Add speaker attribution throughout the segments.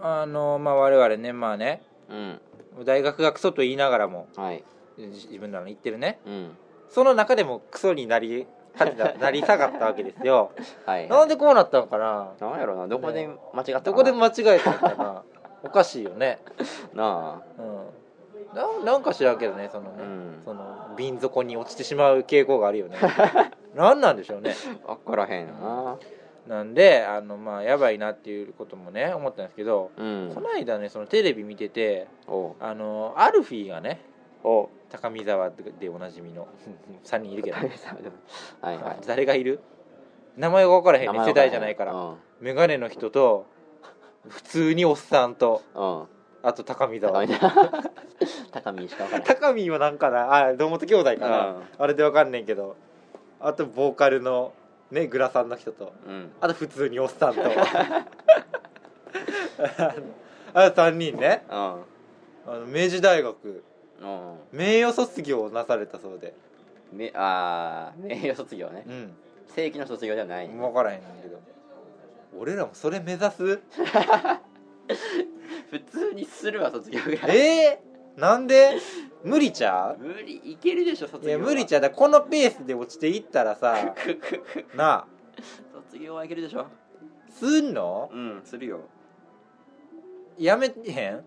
Speaker 1: あの、まあ、我々ね、まあね、
Speaker 2: うん
Speaker 1: 大学がクソと言いながらも、
Speaker 2: はい
Speaker 1: 自自分らの言ってるね。
Speaker 2: うん
Speaker 1: その中でもクソになり、かけ たなりたかったわけですよ。
Speaker 2: はい
Speaker 1: なんでこうなったのかな
Speaker 2: なんやろなどこで間違ったかな
Speaker 1: どこで間違えたのかなおかしいよね。
Speaker 2: な
Speaker 1: うん。ななんか知らんけどね、その
Speaker 2: あ
Speaker 1: ね
Speaker 2: う。ん
Speaker 1: その瓶底に落ちてしまう傾向があるよ ね何なんでしょうね
Speaker 2: 分からへんよな
Speaker 1: なんであのまあやばいなっていうこともね思ったんですけど、
Speaker 2: うん
Speaker 1: この間ねそのテレビ見てて
Speaker 2: おう
Speaker 1: あのアルフィーがね
Speaker 2: おう
Speaker 1: 高見沢でおなじみの 3人いるけど、ね、
Speaker 2: はいはい
Speaker 1: 誰がいる名前が分からへんね
Speaker 2: 名前
Speaker 1: 世代じゃないから、
Speaker 2: うん
Speaker 1: メガネの人と普通におっさんと
Speaker 2: うん
Speaker 1: あと高見
Speaker 2: 高
Speaker 1: 沢
Speaker 2: 見 高見しか分からへん
Speaker 1: 高見はなんかなあ堂本兄弟かな、
Speaker 2: うん
Speaker 1: あれで分かんねんけどあとボーカルのねグラさんの人と
Speaker 2: うん
Speaker 1: あと普通におっ さんとあと3人ね
Speaker 2: うん
Speaker 1: あの明治大学
Speaker 2: うん
Speaker 1: 名誉卒業をなされたそうで
Speaker 2: めああ名誉卒業ね
Speaker 1: うん
Speaker 2: 正規の卒業じゃないね
Speaker 1: 分からへんねんけど俺らもそれ目指す
Speaker 2: 普通にするわ卒業ぐらい
Speaker 1: えー、なんで無理ちゃ
Speaker 2: 無理いけるでしょ
Speaker 1: うい
Speaker 2: 卒業
Speaker 1: や
Speaker 2: は
Speaker 1: 無理ちゃうだこのペースで落ちていったら さ
Speaker 2: くくく
Speaker 1: なあ
Speaker 2: 卒業はいけるでしょ
Speaker 1: すんの
Speaker 2: うんするよ
Speaker 1: やめへ ん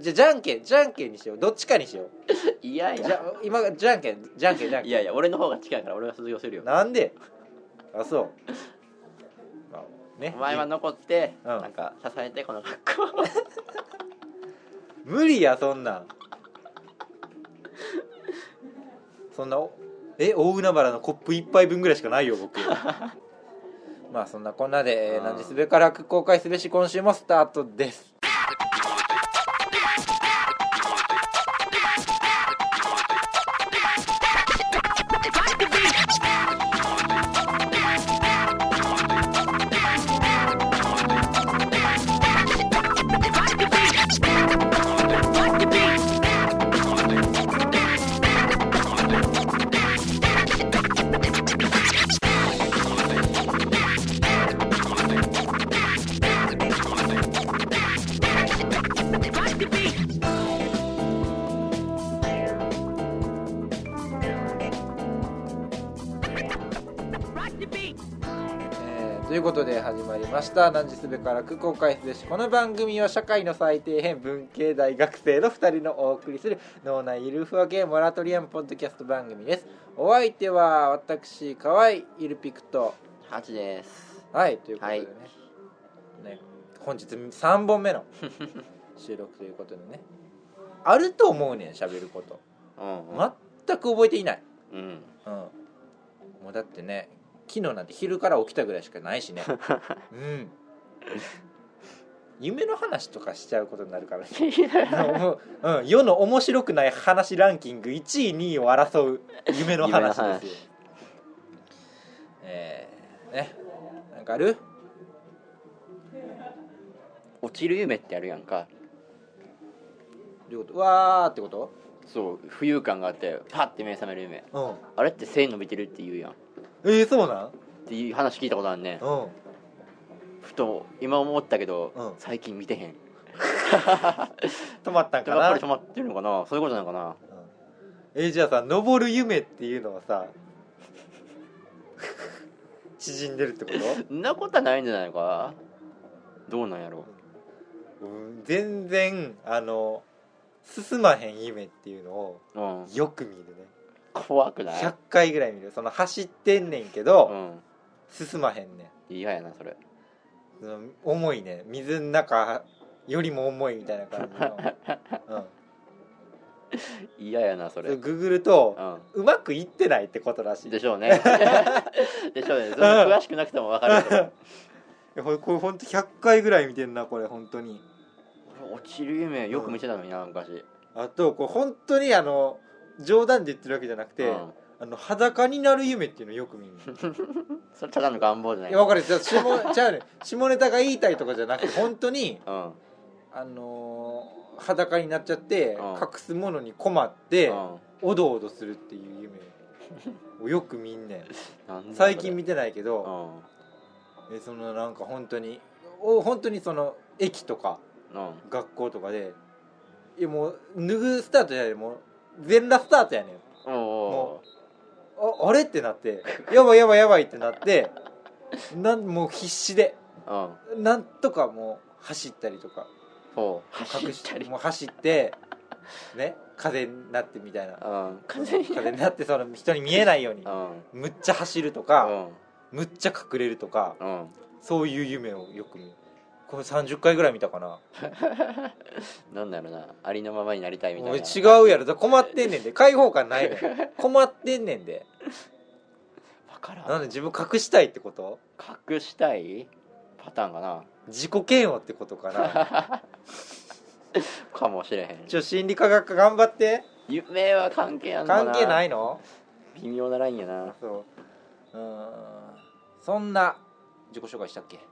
Speaker 1: じゃじゃんけんじゃんけんにしようどっちかにしよう
Speaker 2: いやい
Speaker 1: じゃ
Speaker 2: や
Speaker 1: 今じゃんけんじゃんけんじゃんけ
Speaker 2: い
Speaker 1: ん
Speaker 2: やいや俺の方が近いから俺は卒業するよ
Speaker 1: なんであそう、まあね
Speaker 2: お前は残って、
Speaker 1: うん
Speaker 2: なんか支えてこの学 校
Speaker 1: 無理やそんなんそんなおえ大海原のコップ一杯分ぐらいしかないよ 僕まあそんなこんなでえー「
Speaker 2: うん
Speaker 1: 何時すべからく公開すべし」今週もスタートですえーということで始まりました「何時すべからく公開すべし」この番組は社会の最底辺文系大学生の2人のお送りする脳内ゆるふわ系モラトリアムポッドキャスト番組ですお相手は私河合ゆるピクと
Speaker 2: 8です
Speaker 1: はいということでね,、ね本日3本 目の収録ということでねあると思うねん喋ること
Speaker 2: うんうん、
Speaker 1: 全く覚えていない、
Speaker 2: うん、
Speaker 1: うん、もうだってね昨日なんて昼から起きたぐらいしかない しねうん夢の話とかしちゃうことになる からねもう、うん、世の面白くない話ランキング1位2位を争う夢の話ですよ
Speaker 2: 夢の話
Speaker 1: えー、ねなんかある
Speaker 2: 落ちる夢ってあるやんか
Speaker 1: どういうことわーってこと
Speaker 2: そう浮遊感があってパッて目覚める夢
Speaker 1: うん
Speaker 2: あれって背伸びてるって言うやんっ
Speaker 1: えー、そうなん
Speaker 2: ていう話聞いたことあるね
Speaker 1: うん
Speaker 2: ふと今思ったけど、
Speaker 1: うん
Speaker 2: 最近見てへん
Speaker 1: 止まったんか
Speaker 2: だから
Speaker 1: な、
Speaker 2: やっぱり止まってるのかなそういうことなのかな
Speaker 1: うんえー、じゃあさ登る夢っていうのはさ 縮んでるってこと
Speaker 2: そんなことはないんじゃないのかどうなんやろ
Speaker 1: うん全然あの進まへん夢っていうのを
Speaker 2: う、うん、
Speaker 1: よく見るね
Speaker 2: 怖くない
Speaker 1: 100回ぐらい見るその走ってんねんけ
Speaker 2: う
Speaker 1: ど、
Speaker 2: ん
Speaker 1: 進まへんねん
Speaker 2: 嫌やなそれ
Speaker 1: その重いね水の中よりも重いみたいな感じの、
Speaker 2: 嫌やなそ
Speaker 1: うん、そ
Speaker 2: れ
Speaker 1: れググると
Speaker 2: う
Speaker 1: うまくいってないってことらしい
Speaker 2: んでしょ うねでしょうねそんな詳しくなくても分かるけど
Speaker 1: いやこれこれ本当100回ぐらい見てんなこれ本当に
Speaker 2: 落ちる夢よく見てたのにな昔
Speaker 1: あとこれ本当にあの冗談で言ってるわけじゃなくて、
Speaker 2: うん
Speaker 1: あの裸になる夢っていうのよく見 る
Speaker 2: それただの願望じゃない
Speaker 1: いや分かるじゃあ下じゃあね下ネタが言いたいとかじゃなくて本当に
Speaker 2: うん
Speaker 1: あのー裸になっちゃって、
Speaker 2: うん
Speaker 1: 隠すものに困って、
Speaker 2: うん
Speaker 1: おどおどするっていう夢をよく見んねん
Speaker 2: なんだそれ
Speaker 1: 最近見てないけ
Speaker 2: う
Speaker 1: ど、
Speaker 2: ん
Speaker 1: えそのなんか本当にを本当にその駅とか
Speaker 2: うん
Speaker 1: 学校とかでいやもう脱ぐスタートじゃないもう全裸スタートやねん
Speaker 2: おお
Speaker 1: ああれってな ってやばいやばいやばいってなってなんもう必死で
Speaker 2: ーうん
Speaker 1: なんとかもう走ったりとか
Speaker 2: ほう
Speaker 1: もう
Speaker 2: 走
Speaker 1: 隠
Speaker 2: っ
Speaker 1: した
Speaker 2: り
Speaker 1: もう走ってね風になってみたいな
Speaker 2: うん風に
Speaker 1: 風になってその人に見えないように
Speaker 2: うん
Speaker 1: むっちゃ走ると
Speaker 2: う
Speaker 1: か
Speaker 2: ん
Speaker 1: むっちゃ隠れるとか
Speaker 2: うん
Speaker 1: そういう夢をよく見るこれ30回ぐらい見たかな
Speaker 2: なんだろうなありのままになりたいみた
Speaker 1: おい
Speaker 2: いな
Speaker 1: 違うやろだから困ってんねんで開放感 ないねん困ってんねんで
Speaker 2: わからん
Speaker 1: なんで自分隠したいってこと
Speaker 2: 隠したいパターンかな
Speaker 1: 自己嫌悪ってことか な
Speaker 2: かもしれへん
Speaker 1: ちょ心理科学科頑張って
Speaker 2: 夢は関係あんのか
Speaker 1: 関係ないいの
Speaker 2: 微妙なラインやな
Speaker 1: そううーんそんな自己紹介したっけも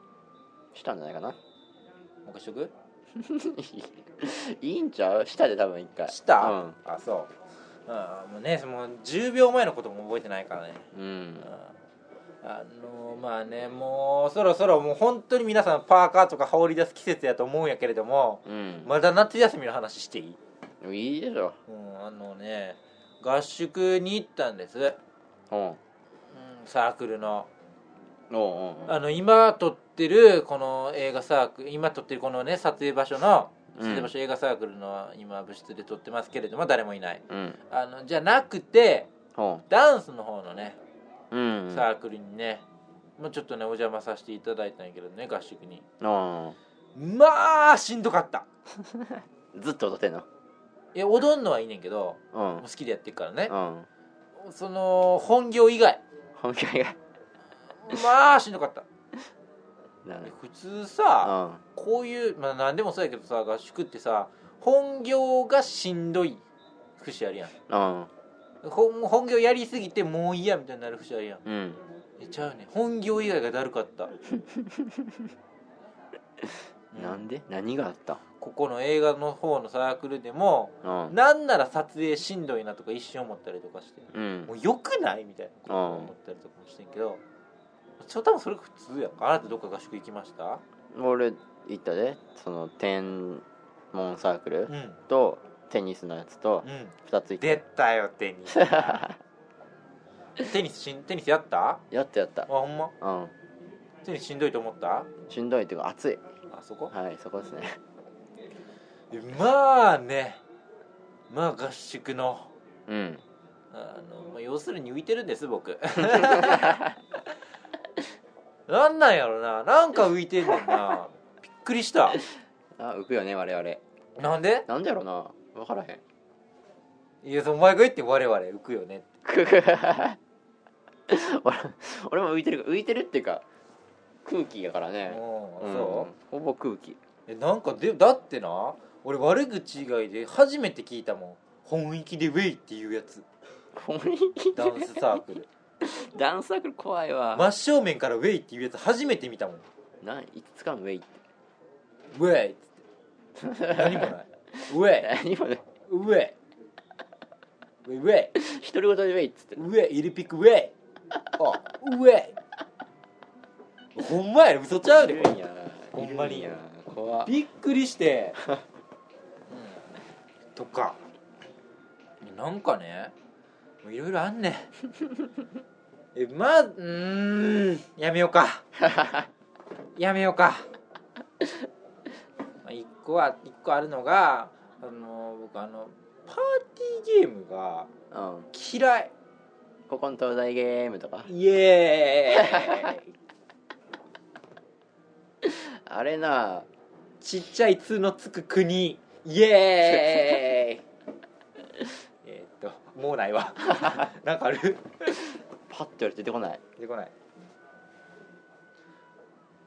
Speaker 2: したんじゃないかな
Speaker 1: う一回しとく
Speaker 2: いいんちゃうしたで多分一回
Speaker 1: した、
Speaker 2: うん
Speaker 1: あそううんもうねもう10秒前のことも覚えてないからね
Speaker 2: うん
Speaker 1: うんあのまあねもうそろそろもう本当に皆さんパーカーとか羽織り出す季節やと思うんやけれども
Speaker 2: うん、
Speaker 1: まだ夏休みの話していい、
Speaker 2: いいでしょ
Speaker 1: うん、あのね合宿に行ったんです、うん、
Speaker 2: うんおう
Speaker 1: サークルの
Speaker 2: おうおう
Speaker 1: あの今撮ってるこの映画サークル今撮ってるこのね撮影場所の
Speaker 2: うん
Speaker 1: 撮影場所映画サークルの今部室で撮ってますけれども誰もいない
Speaker 2: うん
Speaker 1: あのじゃなくて
Speaker 2: ほ
Speaker 1: ダンスの方のね
Speaker 2: ううん
Speaker 1: サークルにね、もうちょっとねお邪魔させていただいたんやけどね合宿に
Speaker 2: あ
Speaker 1: まあしんどかった
Speaker 2: ずっと踊ってんの
Speaker 1: え踊んのはいいねんけど
Speaker 2: う
Speaker 1: も
Speaker 2: ん
Speaker 1: う好きでやってるからね
Speaker 2: うん
Speaker 1: その本業以外
Speaker 2: 本気が
Speaker 1: まあしんどかった
Speaker 2: な
Speaker 1: え
Speaker 2: る
Speaker 1: 普通
Speaker 2: う
Speaker 1: さ
Speaker 2: ん
Speaker 1: こういうまあ何でもそうやけどさ合宿ってさ本業がしんどい節あるやん
Speaker 2: うん
Speaker 1: ほん本業やりすぎてもういいやみたいになる節あるやん
Speaker 2: うん
Speaker 1: えちゃうね本業以外がだるかった、う
Speaker 2: なんで何があった
Speaker 1: ここの映画の方のサークルでも
Speaker 2: うん
Speaker 1: なんなら撮影しんどいなとか一瞬思ったりとかして
Speaker 2: うん
Speaker 1: もうよくないみたいなことを思ったりとかもしてんけどちょ多分それが普通やんかあなたどっか合宿行きました
Speaker 2: 俺行ったでその天文サークル
Speaker 1: うんう
Speaker 2: とテニスのやつと
Speaker 1: ん
Speaker 2: 2つ行っ
Speaker 1: 出たよテニステニスしんテニスやったあ
Speaker 2: たやったやった
Speaker 1: ほんま
Speaker 2: うん
Speaker 1: テニスしんどいと思った
Speaker 2: しんどいっていうか暑い
Speaker 1: あそこ
Speaker 2: はいそこですね
Speaker 1: えまあねまあ合宿の
Speaker 2: うん
Speaker 1: あの、まあ、要するに浮いてるんです僕 なんなんやろななんか浮いてんねんなびっくりした
Speaker 2: あ浮くよね我々
Speaker 1: なんで
Speaker 2: なんでやろな分からへん
Speaker 1: いやそのお前が言って我々浮くよねって
Speaker 2: くく俺俺も浮いてる浮いてるっていうか空気やからね
Speaker 1: うん
Speaker 2: ん
Speaker 1: そ
Speaker 2: ほぼ空気
Speaker 1: うえなんかでだってな俺悪口以外で初めて聞いたもん本域でウェイっていうやつ
Speaker 2: 本気
Speaker 1: ダンスサークル
Speaker 2: ダンスサークル怖いわ、
Speaker 1: 真正面からウェイっていうやつ初めて見たもん
Speaker 2: なんいつかのウェイって
Speaker 1: ウェイっつって何もないウェイ
Speaker 2: 何もね
Speaker 1: ウェイウェイウェイ
Speaker 2: 独り言でウェイっつって
Speaker 1: ウェイイルピックウェイあウェイほんまやろ嘘ちゃうで
Speaker 2: い
Speaker 1: こ
Speaker 2: る
Speaker 1: れ
Speaker 2: んや
Speaker 1: ほんまに
Speaker 2: いるんや怖
Speaker 1: びっくりして、うんとかなんかねもういろいろあんねんえまあうーんやめようか やめようかまあ一個は一個あるのがあの僕あのパーティーゲームが
Speaker 2: うん
Speaker 1: 嫌い
Speaker 2: ここの東大ゲームとか
Speaker 1: イエーイ
Speaker 2: あれな
Speaker 1: ちっちゃい「つ」のつく国イエーイえーっともうないわ なんかある
Speaker 2: パッとやると出てこない
Speaker 1: 出てこない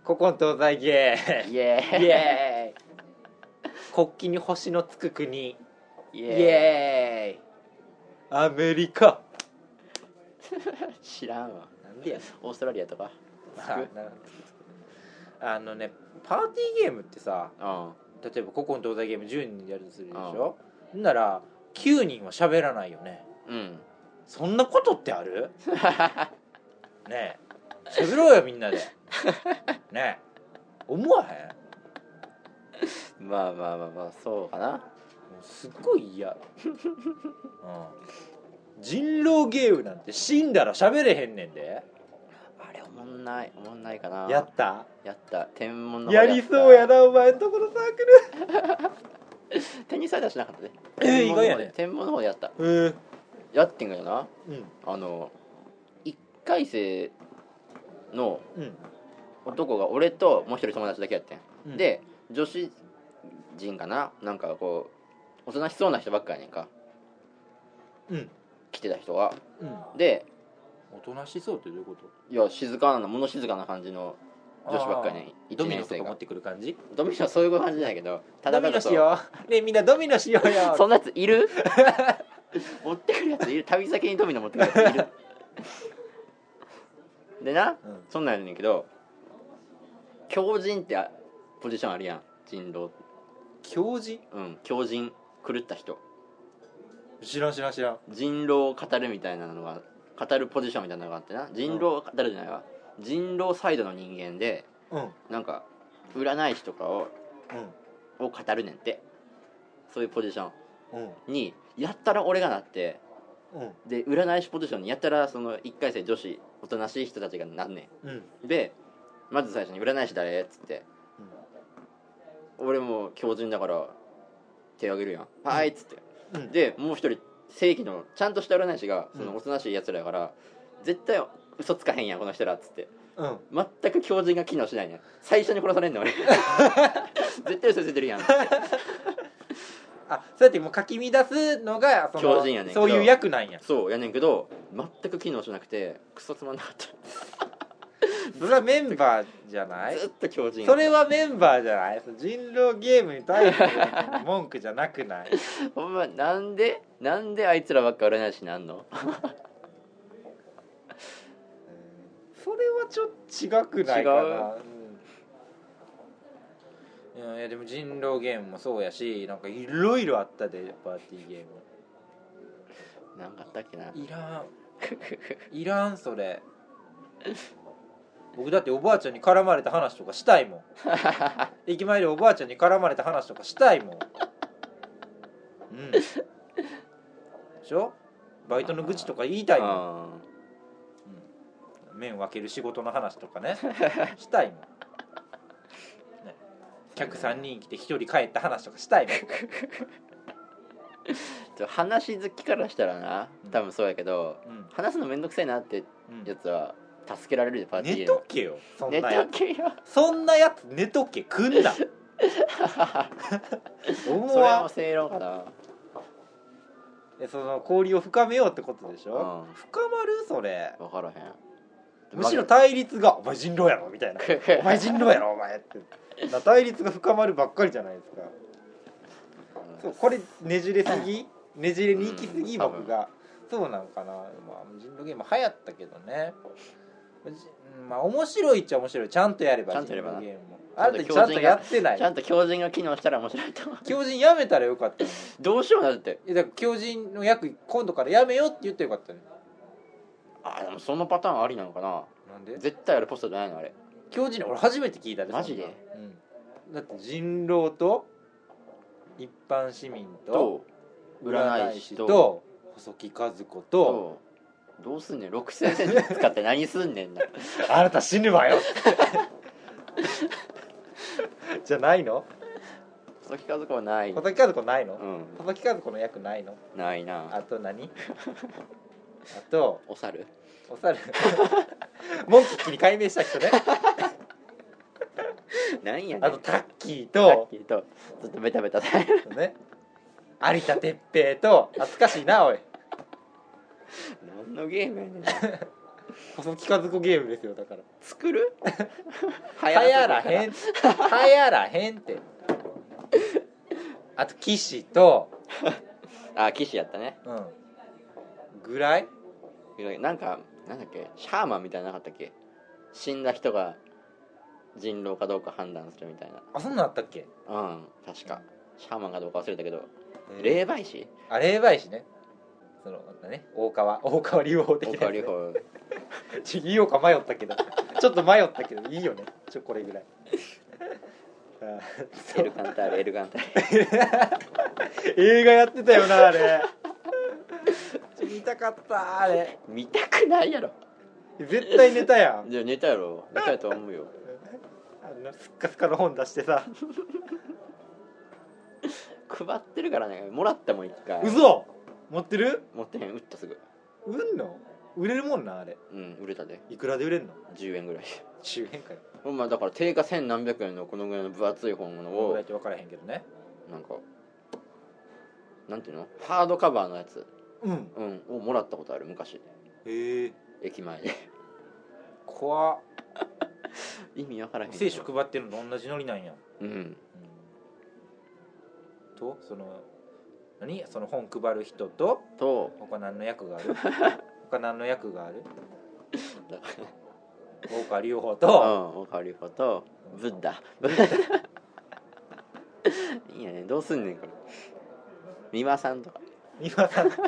Speaker 1: 古今東西ゲ
Speaker 2: イエ
Speaker 1: ー
Speaker 2: ー
Speaker 1: イイエーイ国旗に星のつく国イ
Speaker 2: イイエ
Speaker 1: エーイアメリカ
Speaker 2: ーイ知らんわ
Speaker 1: なんでや
Speaker 2: オーストラリアとか
Speaker 1: あなあのねパーティーゲームってさ
Speaker 2: うん
Speaker 1: 例えば古今東西ゲーム10人でやるとするでしょんなら9人は喋らないよね
Speaker 2: うん
Speaker 1: そんなことってあ る ねえ喋ろうよみんなでねえ思わへん
Speaker 2: まあまあまあまあそうかな
Speaker 1: もうすっごい嫌、うん、人狼ゲームなんて死んだら喋れへんねんで
Speaker 2: あれおもんないおもんないかな
Speaker 1: やった
Speaker 2: やった天文の方
Speaker 1: や
Speaker 2: った
Speaker 1: りそうやなお前んとこのサークル
Speaker 2: テニスは出しなかったね
Speaker 1: えー意
Speaker 2: 天文の方で
Speaker 1: 外やね
Speaker 2: 天文の方でやった
Speaker 1: うん
Speaker 2: やってんがよな
Speaker 1: うん
Speaker 2: あの1回生の
Speaker 1: うん
Speaker 2: 男が俺ともう一人友達だけやってん、
Speaker 1: うん
Speaker 2: で女子人かななんかこうおとなしそうな人ばっかやねんか
Speaker 1: うん
Speaker 2: 来てた人が
Speaker 1: うん
Speaker 2: で
Speaker 1: おとなしそうってどういうこと
Speaker 2: いや静かな物静かな感じの女子ばっかりね
Speaker 1: ドミノ
Speaker 2: 一年
Speaker 1: と
Speaker 2: 生
Speaker 1: か
Speaker 2: が
Speaker 1: 持ってくる感じ
Speaker 2: ドミノはそういう感じなんやけどただ
Speaker 1: ドミ
Speaker 2: た
Speaker 1: ノ
Speaker 2: だ
Speaker 1: し
Speaker 2: そう
Speaker 1: ようねえみんなドミノしようよ
Speaker 2: そんなやついる 持ってくるやついる旅先にドミノ持ってくるやつい るでな
Speaker 1: うん
Speaker 2: そんなんやねんけど狂人ってあポジションあるやん人狼
Speaker 1: 教授
Speaker 2: うん狂人狂った人
Speaker 1: 知らん知らん知らん
Speaker 2: 人狼を語るみたいなのが語るポジションみたいなのがあってな人狼を語るじゃないわ、人狼サイドの人間で
Speaker 1: うん
Speaker 2: なんか占い師とかを
Speaker 1: う
Speaker 2: を語るねんってそういうポジショ
Speaker 1: んうん
Speaker 2: ンにやったら俺がなって
Speaker 1: うん
Speaker 2: で占い師ポジションにやったらその1回生女子おとなしい人たちがなんね
Speaker 1: うん
Speaker 2: んでまず最初に「占い師誰?」っつって、俺も狂人だから手挙げるやん「はい」っつって、
Speaker 1: うん
Speaker 2: でもう一人正規のちゃんとした占い師がそ
Speaker 1: うん
Speaker 2: のおとなしいやつらやから、絶対嘘つかへんやんこの人らっつって
Speaker 1: うん
Speaker 2: 全く狂人が機能しないねん最初に殺されんね ん俺絶対嘘ついてるやん
Speaker 1: あそうやってもうかき乱すのがその
Speaker 2: 狂人やねんけど
Speaker 1: そういう役なんや
Speaker 2: そうやねんけど全く機能しなくてクソつまんなかっ
Speaker 1: それはメンバーじゃな
Speaker 2: た
Speaker 1: い
Speaker 2: ずっと狂人
Speaker 1: それはメンバーじゃないその人狼ゲームに対しての文句じゃなくない
Speaker 2: ほんまなんでなんであいつらばっか占い師なんの
Speaker 1: それはちょっと違くないかなうんいやいやでも人狼ゲームもそうやしなんかいろいろあったでパーティーゲ
Speaker 2: なんかあったっけ な
Speaker 1: ームいらんいらんそれ僕だっておばあちゃんに絡まれた話とかしたい もん駅前でおばあちゃんに絡まれた話とかしたいもんうんでしょバイトの愚痴とか言いたいもん
Speaker 2: あ
Speaker 1: 麺分ける仕事の話とかねしたいもん、ね、客3人来て1人帰った話とかしたいもん
Speaker 2: ーちょ話好きからしたらな
Speaker 1: うん
Speaker 2: 多分そうやけど、
Speaker 1: うん
Speaker 2: 話すのめんどくせえなって
Speaker 1: うん
Speaker 2: やつは助けられるでパーティー
Speaker 1: 寝とけよそん
Speaker 2: 寝
Speaker 1: なや
Speaker 2: と
Speaker 1: つ
Speaker 2: けよ
Speaker 1: そんなやつ寝とけく んな思
Speaker 2: それも
Speaker 1: わ
Speaker 2: 正論かな
Speaker 1: えその交流を深めようってことでしょ、
Speaker 2: うん
Speaker 1: 深まるそれ
Speaker 2: 分からへん
Speaker 1: むしろ対立が「お前人狼やろ」みた いな「お前人狼やろお前」ってな対立が深まるばっかりじゃないですかそうこれねじれす ぎねじれに行きすぎ、
Speaker 2: うん
Speaker 1: 僕がそうなんかな、まあ、人狼ゲーム流行ったけどねじうんまあ面白いっちゃ面白いちゃんとやれば
Speaker 2: ちゃんとやれば
Speaker 1: 人
Speaker 2: な
Speaker 1: 狼ゲームもあなたちゃんとやってな
Speaker 2: ちゃ
Speaker 1: い
Speaker 2: んと狂人が機能したら面白いと思う
Speaker 1: 狂人やめたらよかったのに
Speaker 2: どうしようなって
Speaker 1: いやだから狂人の役今度からやめようって言ってよかったのに
Speaker 2: あでもそのパターンありなのかな
Speaker 1: なんで
Speaker 2: 絶対あれポストじゃないのあれ
Speaker 1: 狂人の俺初めて聞いた
Speaker 2: マジで
Speaker 1: そんなうん、だって人狼と一般市民と
Speaker 2: と占い師と
Speaker 1: と細木和子と
Speaker 2: とどうすんねん6000円使って何すん ねんな
Speaker 1: あなた死ぬわ よじゃないの
Speaker 2: 細木和子はない
Speaker 1: 佐々木和子ないの、
Speaker 2: うん
Speaker 1: 佐々木和子の役ないの
Speaker 2: ないな
Speaker 1: あと 何あと
Speaker 2: お猿
Speaker 1: お猿 モンキッキに改名した人 ね
Speaker 2: なんやねん
Speaker 1: あとタッキー
Speaker 2: さっ
Speaker 1: と
Speaker 2: きとずっとベタベタさ
Speaker 1: ね有田哲平と懐かしいなおい
Speaker 2: 何のゲームやねん
Speaker 1: 細木和子ゲームですよだから
Speaker 2: 作る
Speaker 1: 流
Speaker 2: 流
Speaker 1: 行らへん
Speaker 2: 変
Speaker 1: 流行らへんってあと岸と
Speaker 2: あ騎士やったね
Speaker 1: うんぐらい
Speaker 2: なんかなんだっけシャーマンみたいなのなかったっけ死んだ人が人狼かどうか判断するみたいな
Speaker 1: あそんなんあったっけ
Speaker 2: うん確かシャーマンかどうか忘れたけど
Speaker 1: えー
Speaker 2: 霊媒 師
Speaker 1: あ霊媒師ねそのね大川大川隆法的
Speaker 2: 大
Speaker 1: な
Speaker 2: 川
Speaker 1: やつね
Speaker 2: 隆法
Speaker 1: ちょ言おうか迷ったけどちょっと迷ったけどいいよねちょこれぐらいあ
Speaker 2: エルカンターレエルカンターレ
Speaker 1: 映画やってたよなあれ見たかったあれ
Speaker 2: 見たくないやろ
Speaker 1: 絶対寝たやん
Speaker 2: じゃあ寝たやろ寝たやとは思うよ
Speaker 1: あんなスッカスカの本出してさ
Speaker 2: 配ってるからねもらったもん一回
Speaker 1: 嘘持ってる
Speaker 2: 持ってへん売ったすぐ
Speaker 1: 売んの売れるもんなあれ
Speaker 2: うん売れたで
Speaker 1: いくらで売れんの
Speaker 2: 10円ぐらい
Speaker 1: 中変かよ
Speaker 2: ほんまだから定価千何百円のこのぐらいの分厚い本物
Speaker 1: どんぐ
Speaker 2: を
Speaker 1: らいって分からへんけどね
Speaker 2: なんかなんていうのハードカバーのやつ、
Speaker 1: うん
Speaker 2: うん、をもらったことある昔
Speaker 1: へえ
Speaker 2: 駅前で
Speaker 1: 怖っ
Speaker 2: 意味わからへんけど
Speaker 1: 聖書配ってるのと同じノリなんや、
Speaker 2: うん
Speaker 1: うんとその何その本配る人と
Speaker 2: と
Speaker 1: 他何の役が ある他何の役がある
Speaker 2: だ
Speaker 1: 大川隆法
Speaker 2: うん
Speaker 1: と
Speaker 2: オカリファとブッダ いいやねどうすんねんこれ美輪さんとか
Speaker 1: 三輪さん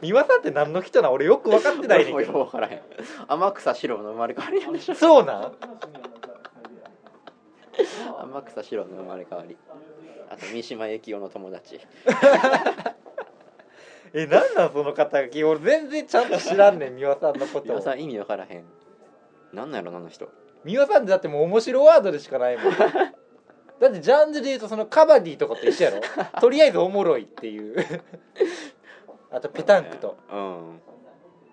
Speaker 1: 三輪さんって何の人なん俺よく分かってないねんけ
Speaker 2: 俺
Speaker 1: ど
Speaker 2: もよくわからへん天草四郎の生まれ変わりなんでしょ
Speaker 1: そうなん
Speaker 2: 天草四郎の生まれ変わりあと三島由紀夫の友達
Speaker 1: えなんなんその肩書き俺全然ちゃんと知らんねん美輪さんのこ
Speaker 2: 美輪
Speaker 1: と
Speaker 2: さん意味わからへんなんなんやろなあの人
Speaker 1: 美輪さんってだってもう面白ワードでしかないも んだってジャンルで言うとそのカバディとかと一緒 やろとりあえずおもろいっていうあとペタンクと
Speaker 2: うん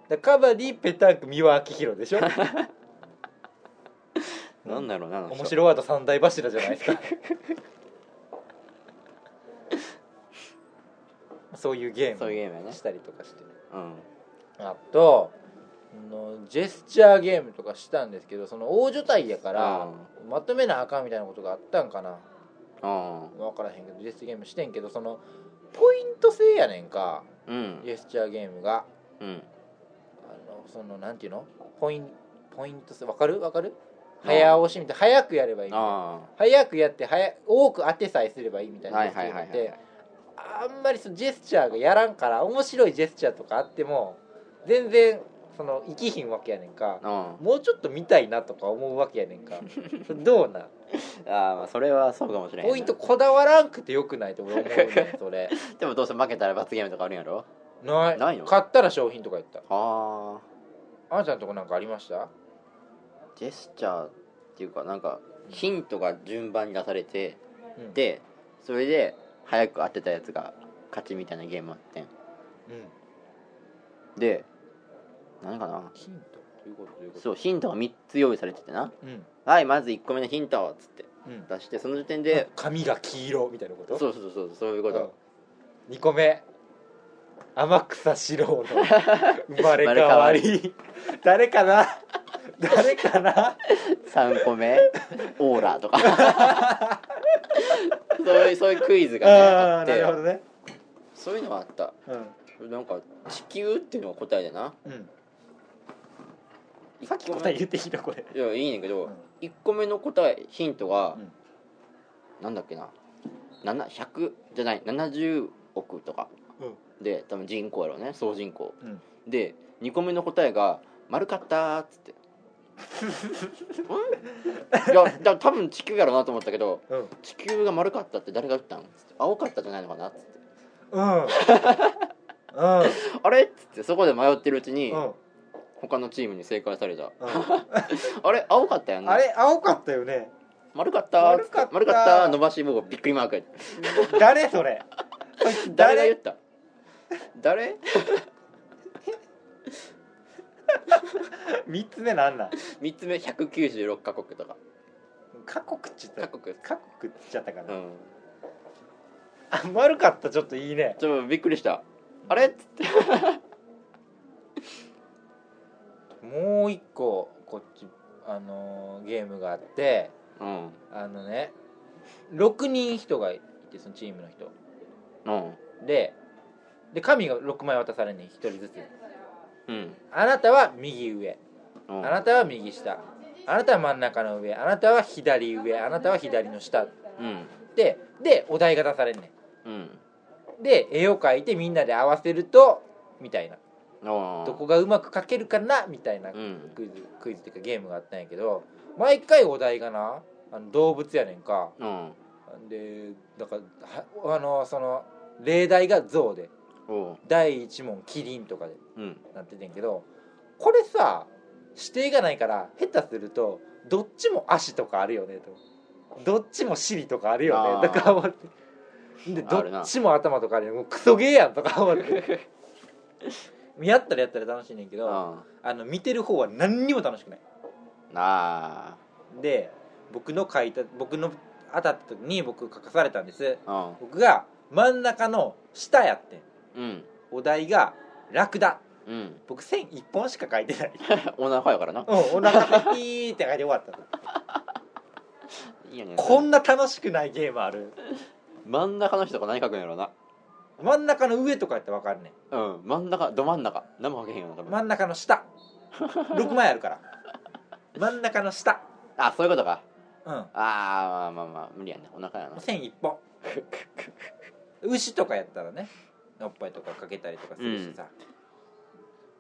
Speaker 1: だからカバディペタンク三輪明宏で しょ
Speaker 2: なんなんやろなあの人
Speaker 1: 面白ワード三大柱じゃないです かそういうゲ
Speaker 2: そういうゲ
Speaker 1: ー
Speaker 2: ームや
Speaker 1: ム
Speaker 2: ね
Speaker 1: したりとかして
Speaker 2: うん
Speaker 1: あとあのジェスチャーゲームとかしたんですけどその大所帯やから、まとめなあかんみたいなことがあったんかな
Speaker 2: あ
Speaker 1: 分からへんけどジェスチャーゲームしてんけどそのポイント制やねんか
Speaker 2: あうん
Speaker 1: ジェスチャーゲームが
Speaker 2: うん
Speaker 1: あのそのなんていうのポインポイント制分かる分かる早押しみたい早くやればいいみたいな
Speaker 2: あ
Speaker 1: 早くやって早多く当てさえすればいいみた
Speaker 2: あ
Speaker 1: いな
Speaker 2: は
Speaker 1: ジェ
Speaker 2: い
Speaker 1: スチ
Speaker 2: は
Speaker 1: ャ
Speaker 2: い
Speaker 1: ーゲームって
Speaker 2: はいはい
Speaker 1: あんまりそのジェスチャーがやらんから面白いジェスチャーとかあっても全然その生きひんわけやねんか
Speaker 2: うんあ
Speaker 1: もうちょっと見たいなとか思うわけやねん かどうなん
Speaker 2: あまあそれはそうかもしれへんな
Speaker 1: ポイントこだわらんくてよくないと俺思うねんそれ
Speaker 2: でもどうせ負けたら罰ゲームとかあるんやろ
Speaker 1: ない
Speaker 2: ないの
Speaker 1: 買ったら商品とか言った
Speaker 2: ああ
Speaker 1: あんちゃんとこなんかありました
Speaker 2: ジェスチャーっていうかなんかヒントが順番に出されて
Speaker 1: うん、
Speaker 2: でそれで早く当てたやつが勝ちみたいなゲームあってん
Speaker 1: うん、
Speaker 2: で何かな
Speaker 1: ヒントということということ
Speaker 2: そうヒントが3つ用意されててな
Speaker 1: うん
Speaker 2: 「はいまず1個目のヒント」っつって
Speaker 1: うん
Speaker 2: 出してその時点で
Speaker 1: 髪が黄色みたいなこ
Speaker 2: そ
Speaker 1: と
Speaker 2: うそうそうそうそうい うこと
Speaker 1: うん2個目天草四郎の 生まれ変わり誰かな誰かな
Speaker 2: 3個目「オーラ」とか そういうそういうクイズが、ね、
Speaker 1: あ
Speaker 2: あ
Speaker 1: ーな
Speaker 2: って
Speaker 1: るほどね
Speaker 2: そういうのがあった
Speaker 1: うん
Speaker 2: なんか「地球」っていうのが答えでな
Speaker 1: うん、
Speaker 2: さっき
Speaker 1: 答え言っていいのこれ、
Speaker 2: いやいいねんけど、
Speaker 1: うん
Speaker 2: 1個目の答えヒントが、
Speaker 1: うん
Speaker 2: なんだっけな7 100じゃない70億とかで多分人口やろうね総人口
Speaker 1: うん、
Speaker 2: で2個目の答えが「丸かった」っつ って「んいやだ多分地球やろうなと思ったけど
Speaker 1: うん
Speaker 2: 地球が丸かったって誰が言ったん?」つって「青かったじゃないのかな」っつって
Speaker 1: うん。うん。
Speaker 2: 「あれ?」っつってそこで迷ってるうちに、
Speaker 1: うん。
Speaker 2: 他のチームに正解された
Speaker 1: うん
Speaker 2: 「あれ青かったやんね
Speaker 1: あれ、青かったよね。
Speaker 2: 丸かった」っつ
Speaker 1: 丸
Speaker 2: っ
Speaker 1: かってた
Speaker 2: 丸かった」伸ばし棒びっくりマーク
Speaker 1: 誰それ。そいつ
Speaker 2: 誰が言っ
Speaker 1: 誰。
Speaker 2: た誰
Speaker 1: 三つ目なんなん。
Speaker 2: 三つ目196カ国とか
Speaker 1: 過酷っちゃった。
Speaker 2: カ国
Speaker 1: 過酷っちゃったか
Speaker 2: う
Speaker 1: ら。
Speaker 2: ん
Speaker 1: あ、丸かった、ちょっといいね。
Speaker 2: ちょっとびっくりしたあれっつって
Speaker 1: もう一個、こっち、あのーゲームがあって、
Speaker 2: うん
Speaker 1: あのね。六人人がいて、そのチームの人。
Speaker 2: うん
Speaker 1: で。で、紙が六枚渡されんねん、一人ずつ。
Speaker 2: うん
Speaker 1: あなたは右上。
Speaker 2: うん
Speaker 1: あなたは右下あなたは真ん中の上あなたは左上あなたは左の下
Speaker 2: うん
Speaker 1: ででお題が出されんね
Speaker 2: うん
Speaker 1: んで絵を描いてみんなで合わせるとみたいな
Speaker 2: ああ
Speaker 1: どこがうまく描けるかなみたいな
Speaker 2: うん
Speaker 1: クイズクイズっていうかゲームがあったんやけど毎回お題がなあの動物やねんか
Speaker 2: うん
Speaker 1: でだからはあのその例題が象で
Speaker 2: おう
Speaker 1: 第一問キリンとかで
Speaker 2: うん
Speaker 1: なっててんけどこれさ指定がないから下手するとどっちも足とかあるよねとどっちも尻とかあるよ
Speaker 2: あー
Speaker 1: ねだから思ってでど
Speaker 2: あるな
Speaker 1: っちも頭とかあるよねもうクソゲーやんとか思ってやったらやったら楽しいねんけどあ
Speaker 2: あ
Speaker 1: の見てる方は何にも楽しくない
Speaker 2: あ
Speaker 1: で僕の書いた僕の当たった時に僕書かされたんです
Speaker 2: ー
Speaker 1: 僕が真ん中の下やってん
Speaker 2: うん
Speaker 1: お題が「ラクダ
Speaker 2: うんうん」
Speaker 1: 僕線1本しか書いてない
Speaker 2: お腹やからな
Speaker 1: うん、お腹がピーって書いて終わった
Speaker 2: いいよね
Speaker 1: こんな楽しくないゲームある
Speaker 2: 真ん中の人とか何書くんやろな
Speaker 1: 真ん中の上とかやったら分かるね
Speaker 2: うん真ん中ど真ん中何も書けへんよな多分、
Speaker 1: 真ん中の下6枚あるから真ん中の下
Speaker 2: あそういうことか
Speaker 1: うん
Speaker 2: ああまあまあまあ無理やなお腹やな
Speaker 1: 線1本牛とかやったらねおっぱいとかかけたりとかするしさ、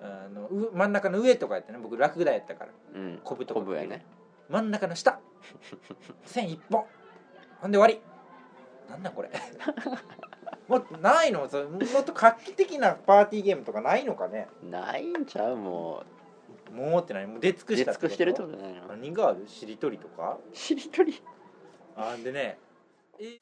Speaker 1: あのう真ん中の上とかやったね僕落ダやったから
Speaker 2: うん
Speaker 1: こぶとか
Speaker 2: こぶやね
Speaker 1: 真ん中の下線1本ほんで終わりなんだこれもっとないのそれもっと画期的なパーティーゲームとかないのかね
Speaker 2: ないんちゃうも
Speaker 1: もうって何もう出尽
Speaker 2: う
Speaker 1: く
Speaker 2: 出
Speaker 1: し
Speaker 2: 尽
Speaker 1: た
Speaker 2: くしてるってことじゃないの
Speaker 1: 何があるしりとりとか
Speaker 2: しりとり
Speaker 1: あんでねえ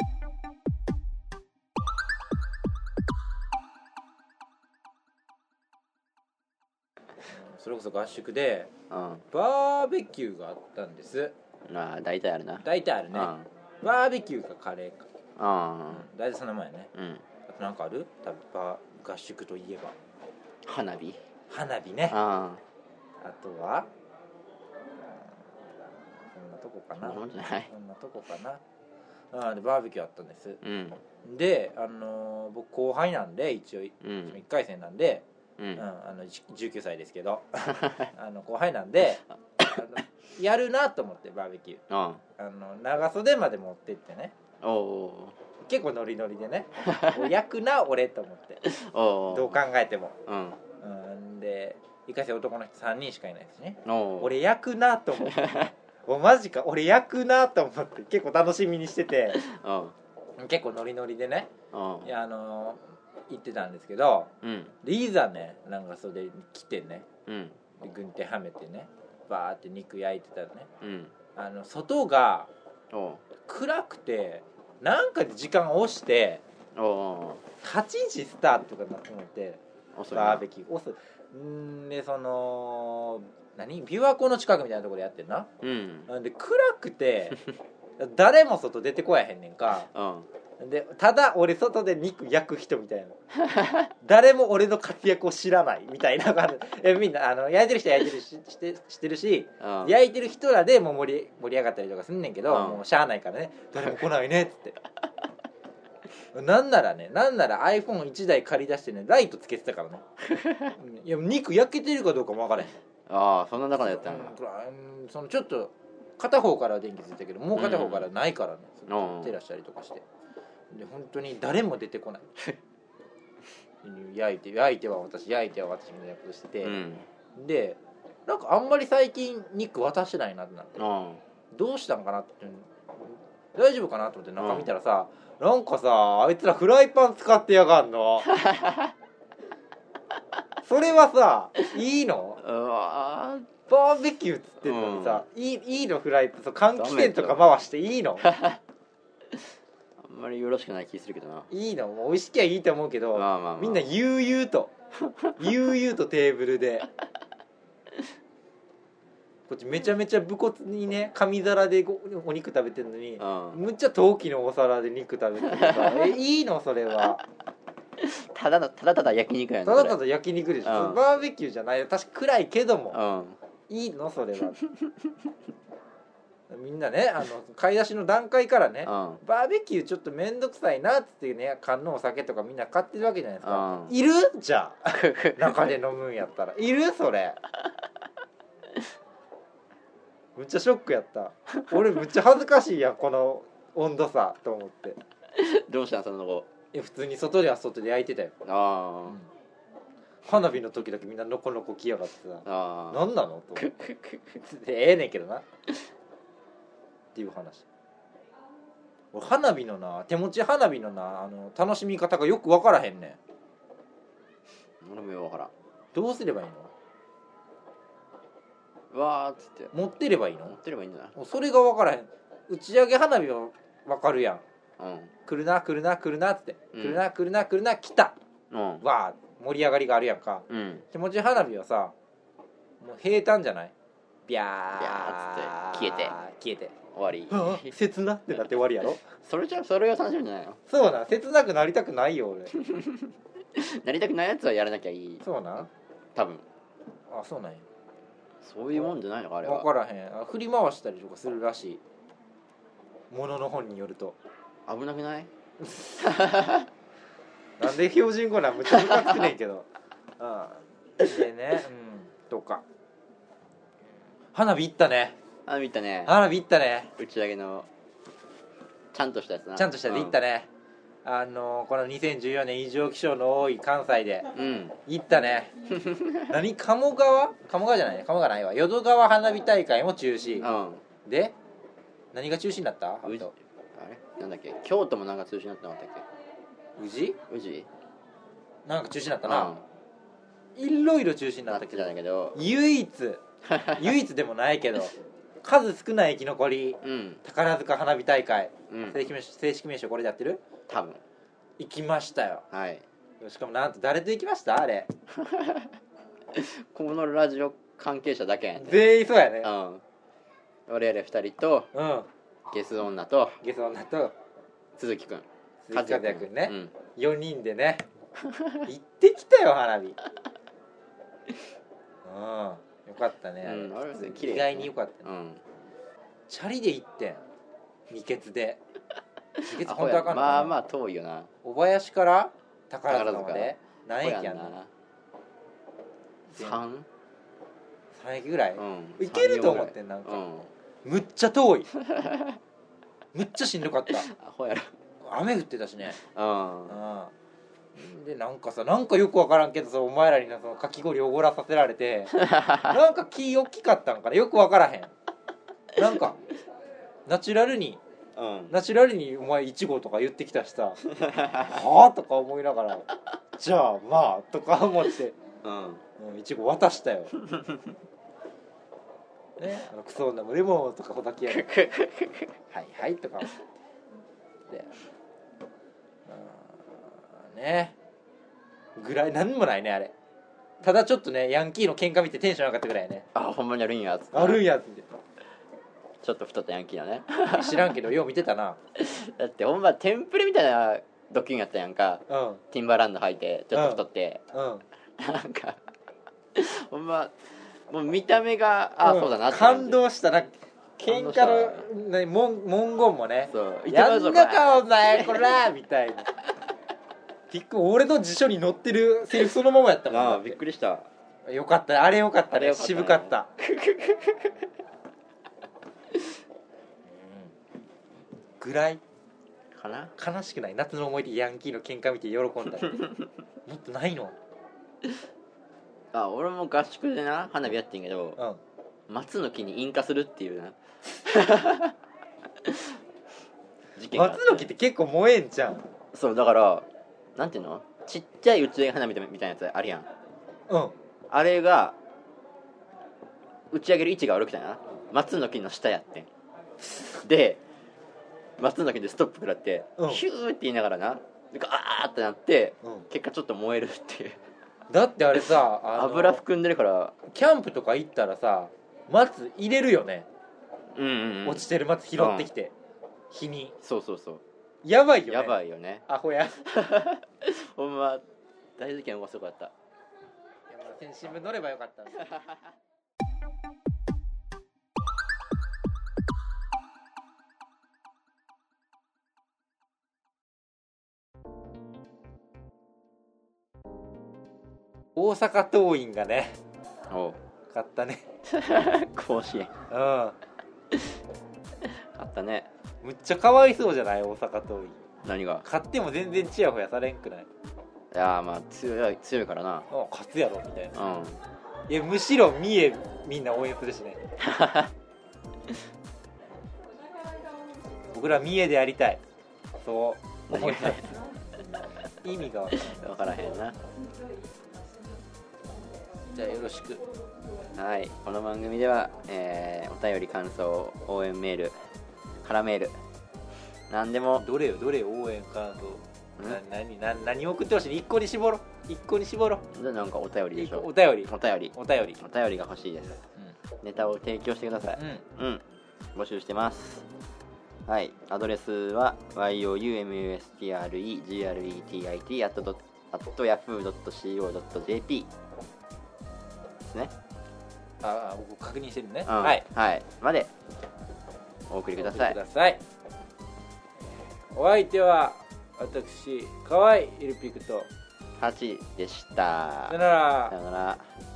Speaker 1: それこそ合宿で
Speaker 2: うん
Speaker 1: バーベキューがあったんです
Speaker 2: ああ大体あるな
Speaker 1: 大体あるねバーベキューかカレーか
Speaker 2: うんうん
Speaker 1: 大体その前ね
Speaker 2: うん
Speaker 1: あとなんかある多分バー合宿といえば
Speaker 2: 花火
Speaker 1: 花火ねあ
Speaker 2: あ
Speaker 1: とはそんなとこか
Speaker 2: あそ
Speaker 1: な
Speaker 2: んなもんじゃない
Speaker 1: そんなとこかなあーでバーベキューあったんです
Speaker 2: うん
Speaker 1: で、あのー僕後輩なんで一応1
Speaker 2: うん
Speaker 1: 回戦なんで、
Speaker 2: う
Speaker 1: うん
Speaker 2: ん
Speaker 1: あのじ19歳ですけどあの後輩なんであのやるなと思ってバーベキュー
Speaker 2: うん
Speaker 1: あの長袖まで持ってってね
Speaker 2: おお
Speaker 1: 結構ノリノリでねお焼くな俺と思って
Speaker 2: ーおお
Speaker 1: どう考えても
Speaker 2: うん
Speaker 1: うんで1回戦男の人3人しかいないですね
Speaker 2: おお
Speaker 1: 俺焼くなと思って おマジか俺焼くなと思って結構楽しみにしてて
Speaker 2: うん
Speaker 1: 結構ノリノリでね
Speaker 2: うん
Speaker 1: いやあのー行ってたんですけど
Speaker 2: うん
Speaker 1: でいざねなんかそれ来てね
Speaker 2: うん
Speaker 1: で軍手はめてねバーって肉焼いてたらね
Speaker 2: うん
Speaker 1: あの外が
Speaker 2: おお
Speaker 1: 暗くてなんかで時間を押して
Speaker 2: おお
Speaker 1: 8時スタートとかなって思って
Speaker 2: ー遅い
Speaker 1: バ
Speaker 2: な
Speaker 1: ーベキュー押すんーでその何琵琶湖の近くみたいなところでやってんな
Speaker 2: うん
Speaker 1: なんで暗くて誰も外出てこやへんねんか
Speaker 2: うん
Speaker 1: でただ俺外で肉焼く人みたいな誰も俺の活躍を知らないみたいな感じえみんなあの焼いてる人は焼いてるししてしてるし
Speaker 2: うん
Speaker 1: 焼いてる人らでもう盛り盛り上がったりとかすんねんけど、
Speaker 2: うん
Speaker 1: もうしゃあないからね誰も来ないねっつってなんならねなんなら iPhone1 台借り出してねライトつけてたからねうんいや肉焼けてるかどうかも分からへん
Speaker 2: ああそんな中でやったんや
Speaker 1: うんそのちょっと片方からは電気ついたけどもう片方からないからね、
Speaker 2: うん
Speaker 1: 照らしたりとかしてで本当に誰も出てこない 焼いて焼いては私焼いては私みたいなことしてて、
Speaker 2: うん
Speaker 1: でなんかあんまり最近肉渡してないなってなって
Speaker 2: うん
Speaker 1: どうしたんかなって大丈夫かなと思って中見たらさ、なんかさあいつらフライパン使ってやがん のそれはさいいの
Speaker 2: うわ
Speaker 1: バーベキューっつってんのにさ、いいいいのフライパンそう換気扇とか回していいの
Speaker 2: あんまりよろしくない気するけどな。
Speaker 1: いいのもう美味しきゃいいと思うけ ど、
Speaker 2: まあまあ、まあ、
Speaker 1: みんな悠々と悠々とテーブルでこっちめちゃめちゃ武骨にね紙皿でごお肉食べてんのに
Speaker 2: うん、
Speaker 1: むっちゃ陶器のお皿で肉食べてるさ えいいのそれは
Speaker 2: ただのただただ焼肉や
Speaker 1: た
Speaker 2: ん。そ
Speaker 1: だ
Speaker 2: れ
Speaker 1: ただ焼肉でしょ、
Speaker 2: うん
Speaker 1: バーベキューじゃないよ確か暗いけども、
Speaker 2: うん
Speaker 1: いいのそれは みんなねあの買い出しの段階からね
Speaker 2: うん
Speaker 1: バーベキューちょっと面倒くさいなっつってね缶のお酒とかみんな買ってるわけじゃないですか、
Speaker 2: うん。
Speaker 1: いるじゃあ中で飲むんやったらいるそれむっちゃショックやった俺むっちゃ恥ずかしいやんこの温度差と思って
Speaker 2: どうしたんその後。
Speaker 1: え普通に外では外で焼いてたよ
Speaker 2: あ
Speaker 1: 花火の時だけみんなノコノコ来やがってさ
Speaker 2: あああ。
Speaker 1: 何なのと思ってええねんけどなっていう話俺花火のな手持ち花火のなあの楽しみ方がよく分からへんねん
Speaker 2: 俺もようわからん
Speaker 1: どうすればいいの
Speaker 2: うわーっつって
Speaker 1: 持ってればいい
Speaker 2: 持
Speaker 1: の
Speaker 2: ってればいいんじゃない
Speaker 1: それが分からへん打ち上げ花火は分かるやん
Speaker 2: うん
Speaker 1: 来るな来るな来るなっつって、
Speaker 2: うん
Speaker 1: 来るな来るな来るな来た
Speaker 2: うん
Speaker 1: わー盛り上がりがあるやんか
Speaker 2: うん
Speaker 1: 手持ち花火はさもう平坦じゃないビャー
Speaker 2: ビャーっつって消えて
Speaker 1: 消えて
Speaker 2: 終わ
Speaker 1: あ
Speaker 2: り
Speaker 1: 切なってなって終わりやろ
Speaker 2: それじゃそれが楽しみじゃないの
Speaker 1: そうな切なくなりたくないよ俺
Speaker 2: なりたくないやつはやらなきゃいい
Speaker 1: そうな
Speaker 2: 多分
Speaker 1: あそうなんや
Speaker 2: そういうもんじゃないのかあれ
Speaker 1: 分
Speaker 2: は
Speaker 1: からへんあ振り回したりとかするらしいものの本によると
Speaker 2: 危なく ない
Speaker 1: なんで標準語なんむっちゃムカつくねんけどうんでねうんとか花火行ったね
Speaker 2: あ見たね
Speaker 1: 花火行ったね
Speaker 2: 打ち上げのちゃんとしたやつな
Speaker 1: ちゃんとしたで行ったね、あのこの2014年異常気象の多い関西で
Speaker 2: うんうん
Speaker 1: 行ったね何鴨川鴨川じゃないね鴨川ないわ淀川花火大会も中
Speaker 2: う
Speaker 1: 止
Speaker 2: ん
Speaker 1: で何が中止になった
Speaker 2: 宇治あれなんだっけ京都もなんか通信になってなかったっ
Speaker 1: 宇治
Speaker 2: け宇治
Speaker 1: なんか中止になった
Speaker 2: う
Speaker 1: なんいろいろ中止にな
Speaker 2: なっ
Speaker 1: った
Speaker 2: て
Speaker 1: け
Speaker 2: た
Speaker 1: ど
Speaker 2: んだけど
Speaker 1: 唯一唯一でもないけど数少ない生き残り
Speaker 2: うん
Speaker 1: 宝塚花火大会
Speaker 2: うん
Speaker 1: 正式名称正式名称これでやってる
Speaker 2: 多分
Speaker 1: 行きましたよ
Speaker 2: はい
Speaker 1: しかもなんと誰と行きましたあれ
Speaker 2: このラジオ関係者だけやね
Speaker 1: 全員そうやね
Speaker 2: うん俺ら二人と
Speaker 1: うん
Speaker 2: ゲス女と
Speaker 1: ゲス女と
Speaker 2: 鈴木くん
Speaker 1: 鈴木和也君ね、
Speaker 2: うん
Speaker 1: 四4人でね行ってきたよ花火うんよかったね、
Speaker 2: うんあれですね綺麗
Speaker 1: 意外によかったね、
Speaker 2: うん
Speaker 1: チャリで行ってん未決で未決
Speaker 2: アホ
Speaker 1: 本当
Speaker 2: や
Speaker 1: あかんのかな
Speaker 2: まあまあ遠いよな
Speaker 1: 小林から宝塚まで何
Speaker 2: アホ
Speaker 1: 駅やんな
Speaker 2: な三
Speaker 1: 3駅ぐらい、
Speaker 2: うん
Speaker 1: いけると思ってんなんか
Speaker 2: うん
Speaker 1: むっちゃ遠 いむっちゃしんどかった
Speaker 2: アホや
Speaker 1: 雨降ってたしね
Speaker 2: ろうん
Speaker 1: うんでなんかさなんかよくわからんけどさお前らになそのかき氷おごらさせられてなんか気大きかったんかなよくわからへんなんかナチュラルに
Speaker 2: うん
Speaker 1: ナチュラルにお前いちごとか言ってきたしさ「はあ?」とか思いながら「じゃあまあ」とか思って
Speaker 2: うん
Speaker 1: うんいちご渡したよねあのクソ女もレモンとかほだきやるはいはいとか思ってでうんねぐらい何もないねあれただちょっとねヤンキーの喧嘩見てテンション上がったぐらいやね
Speaker 2: あほんまにあるんやつって
Speaker 1: あるんやつって
Speaker 2: ちょっと太ったヤンキーだね
Speaker 1: 知らんけどよう見てたな
Speaker 2: だってほんまテンプレみたいなドッキングやったやんか
Speaker 1: うんうん
Speaker 2: ティンバーランド履いてちょっと太って、なんか ほんまもう見た目があ、
Speaker 1: うん
Speaker 2: そうだなって感
Speaker 1: 感
Speaker 2: じ
Speaker 1: 動したな喧
Speaker 2: 感動
Speaker 1: 嘩
Speaker 2: したわ
Speaker 1: のね文文言もね
Speaker 2: そう言ってま
Speaker 1: や
Speaker 2: うぞ
Speaker 1: んなかお前こらみたいな 結構俺の辞書に載ってるセリフそのままやったもん
Speaker 2: な
Speaker 1: だ
Speaker 2: あ
Speaker 1: っ
Speaker 2: びってくりした
Speaker 1: よかったあれよかった
Speaker 2: あれ
Speaker 1: ね
Speaker 2: よかったね
Speaker 1: 渋か ったぐらい
Speaker 2: かな
Speaker 1: 悲しくない夏の思い出ヤンキーの喧嘩見て喜んだり もっとないの
Speaker 2: あ俺も合宿でな花火やってんけど
Speaker 1: うん
Speaker 2: 松の木に引火するっていうな 事件があって
Speaker 1: 松の木って結構燃えんじゃん
Speaker 2: そうだからなんていうのちっちゃい打ち上げ花火みたいなやつあるやん
Speaker 1: うん
Speaker 2: あれが打ち上げる位置が悪くてな松の木の下やってんで松の木でストップ食らって、
Speaker 1: うん
Speaker 2: ヒューって言いながらなガーってなって
Speaker 1: うん
Speaker 2: 結果ちょっと燃えるっていう
Speaker 1: だってあれさあの
Speaker 2: 油含んでるから
Speaker 1: キャンプとか行ったらさ松入れるよね
Speaker 2: うんうん、うん、
Speaker 1: 落ちてる松拾ってきて日に
Speaker 2: そうそうそう
Speaker 1: やばいよね
Speaker 2: やば
Speaker 1: い
Speaker 2: いよね
Speaker 1: アホや
Speaker 2: ほんま大事件はすごかった
Speaker 1: いやもう先新聞乗ればよかったんですよ大阪桐蔭がね
Speaker 2: おう
Speaker 1: 勝ったね
Speaker 2: 甲子園
Speaker 1: うん
Speaker 2: あったね
Speaker 1: むっちゃかわいそうじゃない大阪桐蔭
Speaker 2: 何が
Speaker 1: 勝っても全然チヤホヤされんくない
Speaker 2: いやーまあ強い強いからな
Speaker 1: あ勝つやろみたいな
Speaker 2: うん
Speaker 1: いや むしろ三重みんな応援するしね僕ら三重でやりたいそう
Speaker 2: 何
Speaker 1: 思
Speaker 2: が
Speaker 1: い
Speaker 2: や
Speaker 1: ます意味がわかんない
Speaker 2: 分からへんな
Speaker 1: じゃあよろしく
Speaker 2: はいこの番組では、えーお便り感想応援メールカラメール何でも
Speaker 1: どれよどれよ応援感想な何何何送ってほしい一個に絞ろう一個に絞ろう
Speaker 2: なんかお便りで
Speaker 1: 一
Speaker 2: し
Speaker 1: 個お
Speaker 2: ょ
Speaker 1: 便り
Speaker 2: お便り
Speaker 1: お便り
Speaker 2: お便りが欲しいですネタを提供してください
Speaker 1: うん、うん
Speaker 2: うん募集してますはいアドレスは youmustregreteit.yahoo.co.jp ですね
Speaker 1: ああ僕確認してるね、
Speaker 2: うん
Speaker 1: はい
Speaker 2: はい、までお送りください
Speaker 1: お送りくださいお相手は私河合イルピクと
Speaker 2: 8でし
Speaker 1: さ
Speaker 2: た
Speaker 1: よなら
Speaker 2: さよなら